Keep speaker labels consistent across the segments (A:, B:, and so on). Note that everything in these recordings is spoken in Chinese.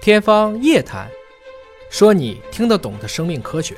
A: 天方夜谭，说你听得懂的生命科学。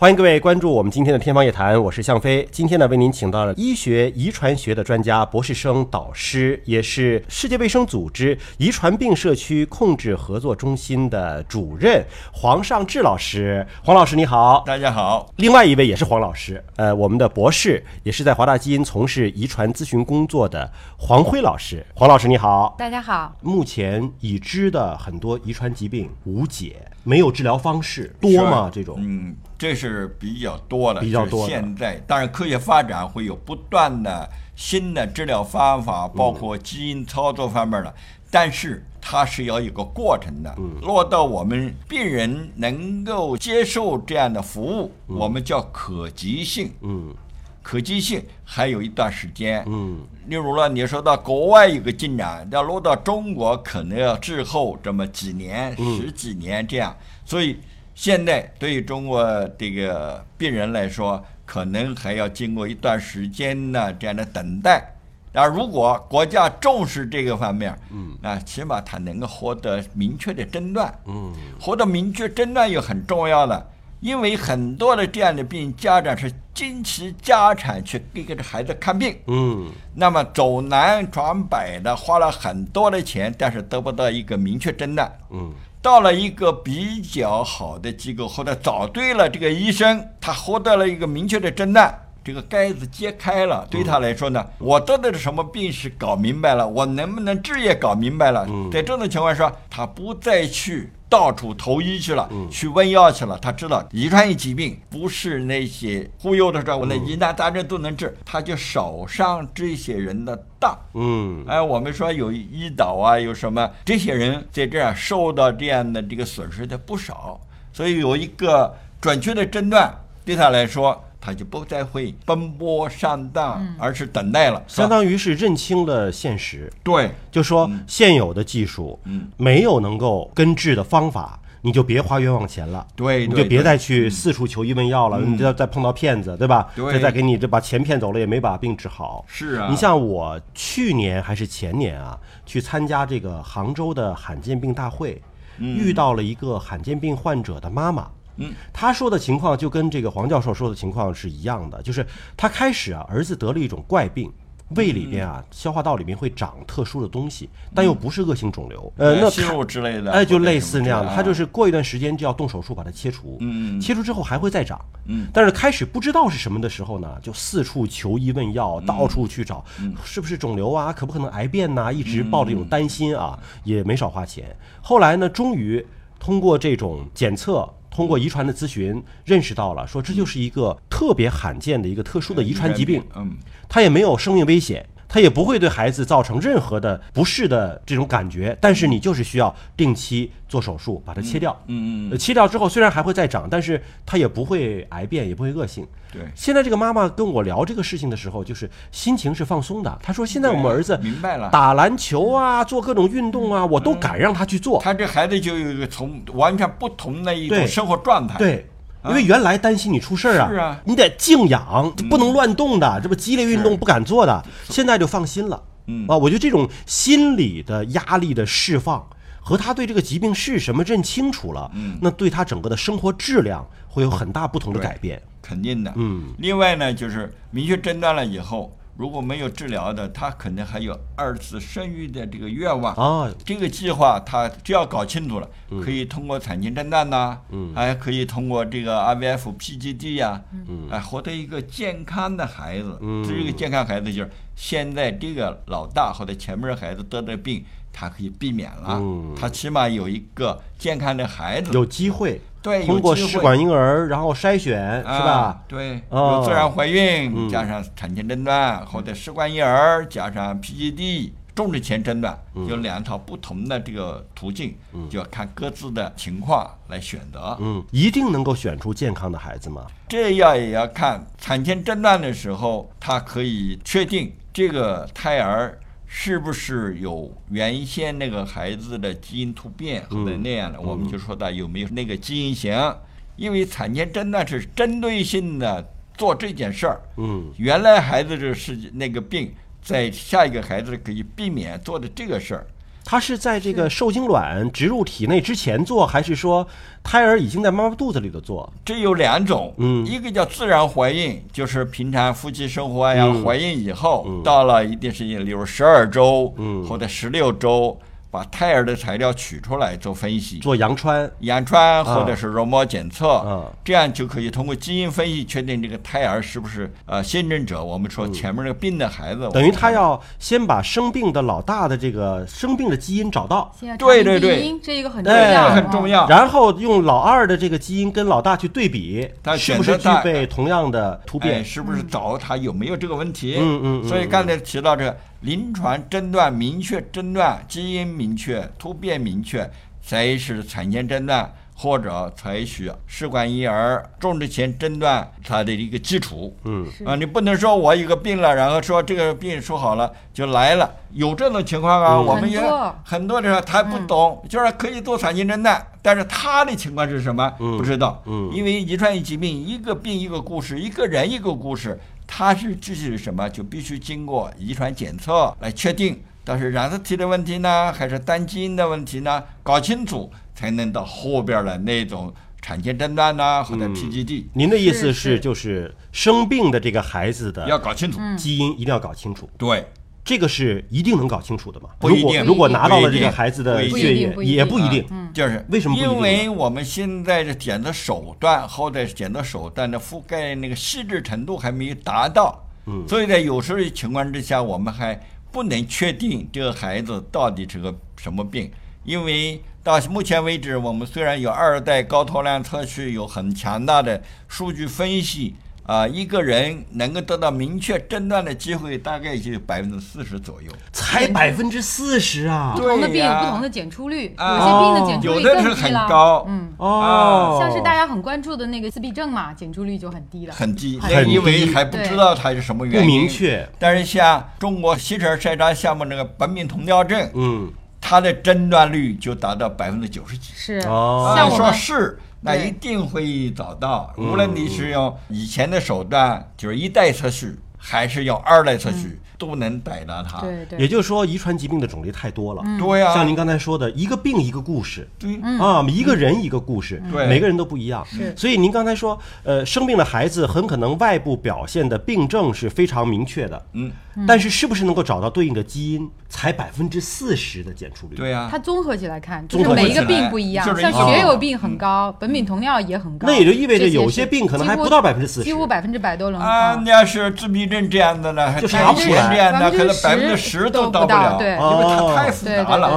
B: 欢迎各位关注我们今天的《天方夜谭》，我是向飞。今天呢，为您请到了医学遗传学的专家、博士生导师，也是世界卫生组织遗传病社区控制合作中心的主任黄尚志老师。黄老师，你好。
C: 大家好，
B: 另外一位也是黄老师，呃，我们的博士，也是在华大基因从事遗传咨询工作的黄辉老师。黄老师，你好。
D: 大家好，
B: 目前已知的很多遗传疾病无解，没有治疗方式，多吗？这种
C: 嗯，这是比较多的，
B: 比较
C: 就是
B: 多的
C: 现在，当然科学发展会有不断的新的治疗方法，
B: 嗯
C: 包括基因操作方面的，但是它是要有个过程的。
B: 嗯
C: 落到我们病人能够接受这样的服务，我们叫可及性。
B: 嗯，
C: 可及性还有一段时间。
B: 嗯，
C: 例如呢，你说到国外有个进展，要落到中国可能要滞后这么几年、十几年这样，所以现在对于中国这个病人来说，可能还要经过一段时间呢这样的等待。那如果国家重视这个方面，嗯，那起码他能够获得明确的诊断，嗯，获得明确诊断又很重要了，因为很多的这样的病，家长是倾其家产去给给这孩子看病，
B: 嗯
C: 那么走南闯北的花了很多的钱，但是得不到一个明确诊断。
B: 嗯
C: 到了一个比较好的机构，或者找对了这个医生，他获得了一个明确的诊断，这个盖子揭开了，对他来说呢，我得的是什么病是搞明白了，我能不能治也搞明白了。在这种情况下，他不再去到处投医去了，去问药去了。他知道遗传性疾病不是那些忽悠的说我那疑难杂症都能治，他就少上这些人的当。
B: 嗯
C: 哎，我们说有医导啊，有什么这些人在这儿受到这样的这个损失的不少，所以有一个准确的诊断，对他来说，他就不再会奔波上当，而是等待了，
B: 嗯相
C: 是吧
B: 当于是认清了现实，
C: 对。
B: 就说现有的技术，
C: 嗯
B: 没有能够根治的方法，你就别花冤枉钱了，
C: 对
B: 你
C: 对
B: 就别
C: 对嗯
B: 再去四处求医问药了，你再再碰到骗子，对吧？
C: 对
B: 再再给你这把钱骗走了，也没把病治好。
C: 是啊
B: 你像我去年还是前年啊，去参加这个杭州的罕见病大会，遇到了一个罕见病患者的妈妈。
C: 嗯，
B: 他说的情况就跟这个黄教授说的情况是一样的，就是他开始啊，儿子得了一种怪病，胃里边啊，消化道里面会长特殊的东西，但又不是恶性肿瘤，呃，那
C: 吸入之类的，啊
B: 哎，就类似那样的，他就是是过一段时间就要动手术把它切除，
C: 嗯
B: 切除之后还会再长，
C: 嗯，
B: 但是开始不知道是什么的时候呢，就四处求医问
C: 嗯
B: 药，到处去找，是不是肿瘤啊，可不可能癌变呐、一
C: 嗯
B: 直抱着一种担心啊，也没少花钱。后来呢，终于通过这种检测。通过遗传的咨询，认识到了，说这就是一个特别罕见的一个特殊的遗传疾病，
C: 嗯，
B: 它也没有生命危险，它也不会对孩子造成任何的不适的这种感觉。但是你就是需要定期做手术把它切掉。
C: 嗯嗯
B: 呃切掉之后虽然还会再长，但是它也不会癌变，也不会恶性。
C: 对
B: 现在这个妈妈跟我聊这个事情的时候，就是心情是放松的。她说：“现在我们
C: 对
B: 儿子
C: 明白了嗯
B: 打篮球啊，做各种运动啊，我都敢让他去做。
C: 他这孩子就有一个从完全不同的一
B: 对
C: 种生活状态，，
B: 对，因为原来担心你出事儿啊，
C: 啊是啊嗯
B: 你得静养，不能乱动的，这不激烈运动不敢做的，现在就放心了。
C: 嗯
B: 啊，我觉得这种心理的压力的释放和他对这个疾病是什么认清楚了，
C: 嗯
B: 那对他整个的生活质量会有很大不同的
C: 对
B: 改变。
C: 肯定的，
B: 嗯。
C: 另外呢，就是明确诊断了以后，如果没有治疗的，他可能还有二次生育的这个愿望。
B: 啊，
C: 这个计划他只要搞清楚了，
B: 嗯
C: 可以通过产前诊断呐，还可以通过这个 IVF、PGD 呀，
B: 嗯
C: 哎，获得一个健康的孩子。这个健康孩子就是现在这个老大或者前面的孩子得的病，他可以避免了
B: 嗯，
C: 他起码有一个健康的孩子。
B: 有机会，
C: 对有
B: 通过
C: 机会
B: 试管婴儿，然后筛选，
C: 啊
B: 是吧？
C: 对，
B: 哦嗯
C: 有自然怀孕，加上产前诊断，或者试管婴儿，加上 PGD。种植前诊断
B: 嗯
C: 有两套不同的这个途径，就要看各自的情况来选择。
B: 嗯，一定能够选出健康的孩子吗？
C: 这要也要看产前诊断的时候，它可以确定这个胎儿是不是有原先那个孩子的基因突变
B: 嗯
C: 或者那样的，我们就说到有没有那个基因型，因为产前诊断是针对性的做这件事儿。
B: 嗯，
C: 原来孩子的是那个病，在下一个孩子可以避免做的这个事儿。
B: 他是在这个受精卵植入体内之前做，还是说胎儿已经在妈妈肚子里头做？
C: 这有两种，
B: 嗯
C: 一个叫自然怀孕，就是平常夫妻生活呀，
B: 嗯
C: 怀孕以后、到了一定时间，例如十二周，
B: 嗯
C: 或者十六周，把胎儿的材料取出来做分析，
B: 做羊穿？
C: 眼穿或者是绒毛检测，
B: 啊
C: 这样就可以通过基因分析确定这个胎儿是不是呃新生者。我们说前面那个病的孩子，我们
B: 嗯等于他要先把生病的老大的这个生病的基因找到，
D: 先要
C: 对
D: 查
C: 对对
D: 基因，这一个很重
C: 这
D: 要，
C: 个哎很重
D: 要。
C: 要。
B: 然后用老二的这个基因跟老大去对比
C: 他，
B: 是
C: 选
B: 不
C: 择
B: 是具
C: 大
B: 备同样的突
C: 哎，
B: 变？
C: 是不是找他有没有这个问题？
B: 嗯嗯嗯
C: 所以刚才提到这个临床诊断明确诊断，基因明确，突变明确，才是产前诊断或者采取试管婴儿种植前诊断它的一个基础。
B: 嗯
D: 哦是
C: 啊，你不能说我有个病了，然后说这个病说好了就来了，有这种情况啊，
B: 嗯
C: 我们也
D: 很多
C: 很多嗯人他不懂，就是可以做产前诊断，但是他的情况是什么、
B: 嗯
C: 不知道，
B: 嗯
C: 因为遗传性疾病一个病一个故事，一个人一个故事，它是具体是什么就必须经过遗传检测来确定，但是染色体的问题呢，还是单基因的问题呢，搞清楚才能到后边的那种产前诊断呐、或者
B: 嗯
C: PGD、
B: 您的意思
D: 是
B: 是，
D: 是
B: 就是生病的这个孩子的
C: 要搞清楚，
B: 基因一定要搞清楚，
C: 对。
B: 这个是一定能搞清楚的嘛？
C: 不
B: 如
C: 一
B: 果
C: 定
B: 如果拿到了
C: 不一
B: 这
C: 定
B: 个孩子的
C: 不一定
B: 血液，
D: 不一定
B: 也不一定。
C: 就是
B: 啊为什么不一定呢
C: 因为我们现在的检测手段，后来检测手段的覆盖那个细致程度还没有达到，嗯，所以在有时候情况之下，我们还不能确定这个孩子到底是个什么病，因为到目前为止，我们虽然有二代高透量测序，有很强大的数据分析。啊，一个人能够得到明确诊断的机会大概就百分之四十左右。
B: 才百分之四十啊
D: 不！同的
C: 对
D: 病有
C: 呀
D: 不同的检出率，有
C: 啊
D: 些病的检出
C: 有
D: 率
C: 的是
D: 更低
C: 很
D: 了。
C: 高，
D: 嗯，
B: 哦，
D: 像是大家很关注的那个自闭症嘛，检出率就很低了。
C: 很低，
B: 很低
C: 因为还不知道它是什么原因，
B: 不明确。
C: 但是像中国西城筛查项目那个苯丙酮尿症，
B: 嗯，
C: 它的诊断率就达到百分之九十几。
D: 是，
B: 哦
D: 像
C: 按
D: 我
C: 啊说
D: 们
C: 是，那
D: 对
C: 一定会找到。无论你是用以前的手段，就是一代测序，还是用二代测序，都能逮到它。
D: 嗯对对，嗯
B: 也就是说，遗传疾病的种类太多了。
C: 对呀，
B: 像您刚才说的，一个病一个故事。
C: 对
B: 啊，一个人一个故事，
C: 对
B: 每个人都不一样
D: 嗯是。
B: 所以您刚才说，呃，生病的孩子很可能外部表现的病症是非常明确的，
C: 嗯，
B: 但是是不是能够找到对应的基因，才百分之四十的检出率。
C: 对，呀
D: 它，综合起来看，就
B: 综
D: 是
B: 合
D: 每
B: 起
D: 一个
C: 来哎
D: 病不一样
C: 就，是
D: 像
C: 一个嗯
D: 血友病很高，苯丙酮尿也很高，
B: 那也就意味着
D: 这些
B: 有
D: 是
B: 些病可能
D: 几
B: 还
D: 乎
B: 不到140%
D: 几乎百分之百都能
C: 啊，你要是自闭症这样的呢，还
B: 就查不出来
C: 这样的，可能百分之
D: 10%
C: 十
D: 都不
C: 到
D: 到
C: 了，
D: 对
C: 因为它太复
D: 对对
C: 杂了。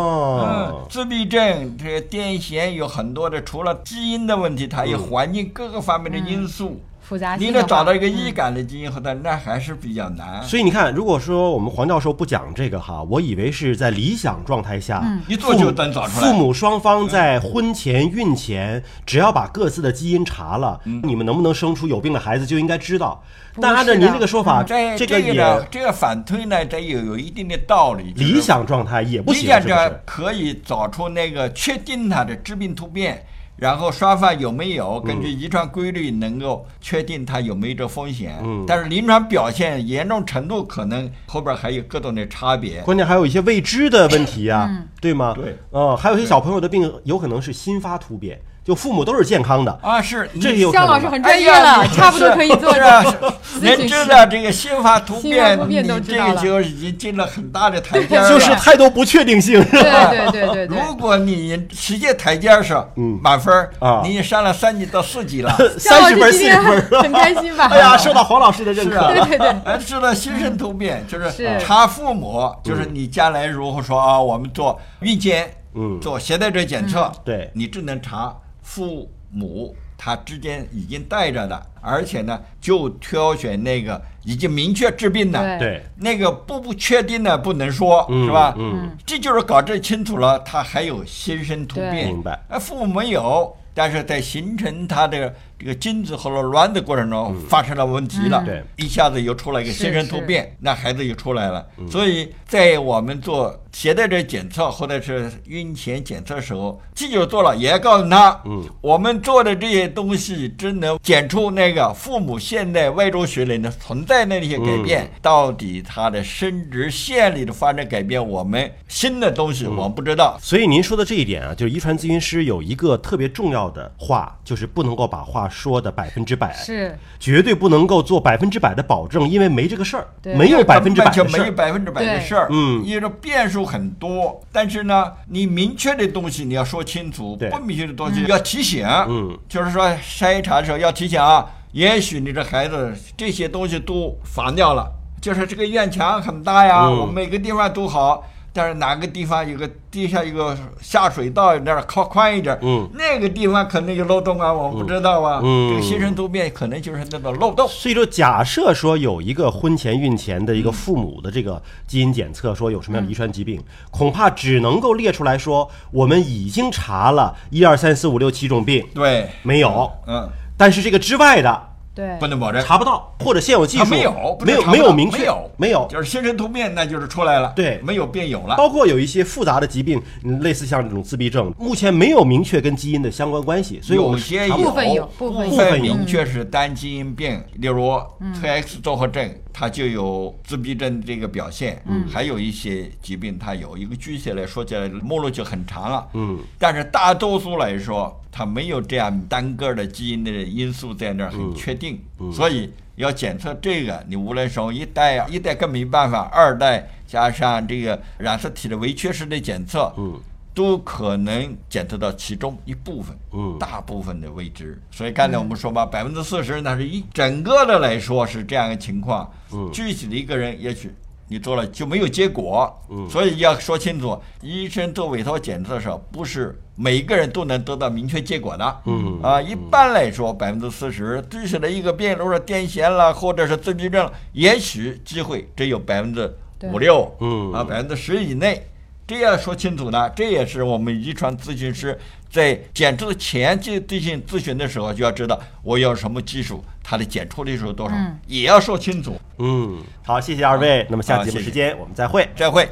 D: 对
C: 嗯
B: 哦，，
C: 自闭症、这个癫痫有很多的，除了基因的问题，它
B: 嗯
C: 有环境各个方面的因素。
D: 复杂性
C: 你
D: 的
C: 得
D: 话
C: 找到一个易感的基因后代，那还是比较难。
B: 所以你看，如果说我们黄教授不讲这个哈，我以为是在理想状态下，
C: 一做就能找出来
B: 父母双方在婚前、孕前，只要把各自的基因查了，
C: 嗯
B: 你们能不能生出有病的孩子就应该知道。
D: 不
B: 但按照
D: 是
B: 您
D: 的
B: 这个说法，
C: 啊嗯
B: 这
C: 这
B: 个
C: 个呢
B: 也，
C: 这个反推呢，这有有一定的道理。就是
B: 理想状态也不
C: 理
B: 行，
C: 解
B: 是不
C: 者
B: 是？
C: 可以找出那个确定它的致病突变，然后双方有没有根据遗传规律能够确定它有没有这风险。
B: 嗯
C: 但是临床表现严重程度可能后边还有各种的差别。
B: 关键还有一些未知的问题呀、对吗？
C: 对，
B: 嗯，还有一些小朋友的病有可能是新发突变，就父母都是健康的，
C: 啊，是
B: 这
C: 你
B: 也有可
D: 肖
B: 能吧。
D: 老师很专业了，差不多可以做
C: 哎是啊，
D: 咨询
C: 您
D: 师
C: 知道这个新发突
D: 新发
C: 变，
D: 突
C: 你
D: 变都知
C: 这
D: 道
C: 个
D: 了
C: 就已经进了很大的台阶儿了。
B: 就是太多不确定性，
D: 对对对对对
C: 如。果你直接台阶儿上
B: 嗯
C: 满分儿
B: 啊
C: 你也上了三级到四级了。
D: 肖
B: 三
D: 老师
B: 十分、四十
D: 今天
B: 分，
D: 很开心吧？
B: 哎呀，受到黄老师的 认
C: 是
B: 可。
C: 啊，
D: 对对对
C: 哎，知道新生突变就是
D: 是
C: 查父母，就是你将来如何说啊？我们做孕检，
B: 嗯
C: 做携带者检测，
D: 嗯
B: 对
C: 你只能查父母他之间已经带着的，而且呢，就挑选那个已经明确治病的，
D: 对
B: 对，
C: 那个不不确定的不能说，
B: 嗯
C: 是吧？
B: 嗯，
C: 这就是搞这清楚了，他还有新生突变，
D: 对
B: 明白
C: 哎，父母没有，但是在形成他的这个精子和卵子过程中发生了问题了，
B: 嗯
D: 嗯
B: 对
C: 一下子又出来一个
D: 是
C: 新生
D: 是
C: 突变，那孩子就出来了。
B: 嗯
C: 所以在我们做携带者检测或者是孕前检测时候，记者做了也要告诉他，
B: 嗯，
C: 我们做的这些东西真能检出那个父母现在外周学里的存在的那些改变，到底他的生殖腺里的发生改变，我们新的东西我们不知道，
B: 所以您说的这一点啊，就是遗传咨询师有一个特别重要的话，就是不能够把话说的百分之百，
D: 是
B: 绝对不能够做百分之百的保证，因为没这个事儿，
D: 对
B: 没有百分之百
C: 就
B: 的事
C: 没有
B: 儿。
C: 百分之百的
D: 对
C: 事儿，
B: 嗯
C: 因为变数很多。但是呢，你明确的东西你要说清楚，
B: 对
C: 不明确的东西要提醒，
B: 嗯，
C: 就是说筛查的时候要提醒啊，也许你这孩子这些东西都乏掉了，就是这个院墙很大呀，
B: 嗯
C: 我每个地方都好。但是哪个地方有个地下有个下水道，那儿靠宽一点，
B: 嗯
C: 那个地方可能有漏洞啊，我不知道啊。
B: 嗯
C: 这个新生突变可能就是那个漏洞。
B: 所以说，假设说有一个婚前孕前的一个父母的这个基因检测，说有什么样的遗传疾病，恐怕只能够列出来说，我们已经查了一二三四五六七种病，
C: 对，
B: 没有。
C: 嗯，
B: 但是这个之外的
D: 对
C: 不能保证。
B: 查不到，或者现有技
C: 他
B: 术
C: 哎啊没有，不
B: 没
C: 是
B: 有
C: 查不
B: 没有
C: 到
B: 明确
C: 没有
B: 没有
C: 就是新生突变，那就是出来了，
B: 对
C: 没有变有了。
B: 包括有一些复杂的疾病，嗯类似像这种自闭症，目前没有明确跟基因的相关关系，所以我
C: 有
B: 们
C: 些
B: 查不
D: 部
B: 到
D: 分有部分有
B: 分有嗯
C: 明确是单基因病，例如特 X 综合症，它就有自闭症这个表现。嗯，还有一些疾病它有一个具体来说起来目录就很长了。
B: 嗯，
C: 但是大多数来说，它没有这样单个的基因的因素在那儿很确定，所以要检测这个，你无论从一代啊，一代更没办法，二代加上这个染色体的微缺失的检测，
B: 嗯。
C: 都可能检测到其中一部分，
B: 嗯
C: 大部分的未知。所以刚才我们说吧，百分之四十那是一整个的来说是这样的情况，
B: 嗯
C: 具体的一个人也许你做了就没有结果，
B: 嗯
C: 所以要说清楚，医生做委托检测的时候，不是每一个人都能得到明确结果的，
B: 嗯
C: 啊，一般来说百分之四十，即使的一个病，如说癫痫了，或者是自闭症了，也许机会只有百分之五六，
B: 嗯
C: 啊，百分之十以内。这要说清楚呢，这也是我们遗传咨询师在检测前去进行咨询的时候就要知道我要什么技术，它的检出率是多少，
D: 嗯
C: 也要说清楚。
B: 嗯，好，谢谢二位。那么下
C: 好
B: 节目
C: 谢谢
B: 时间我们再会。
C: 再会。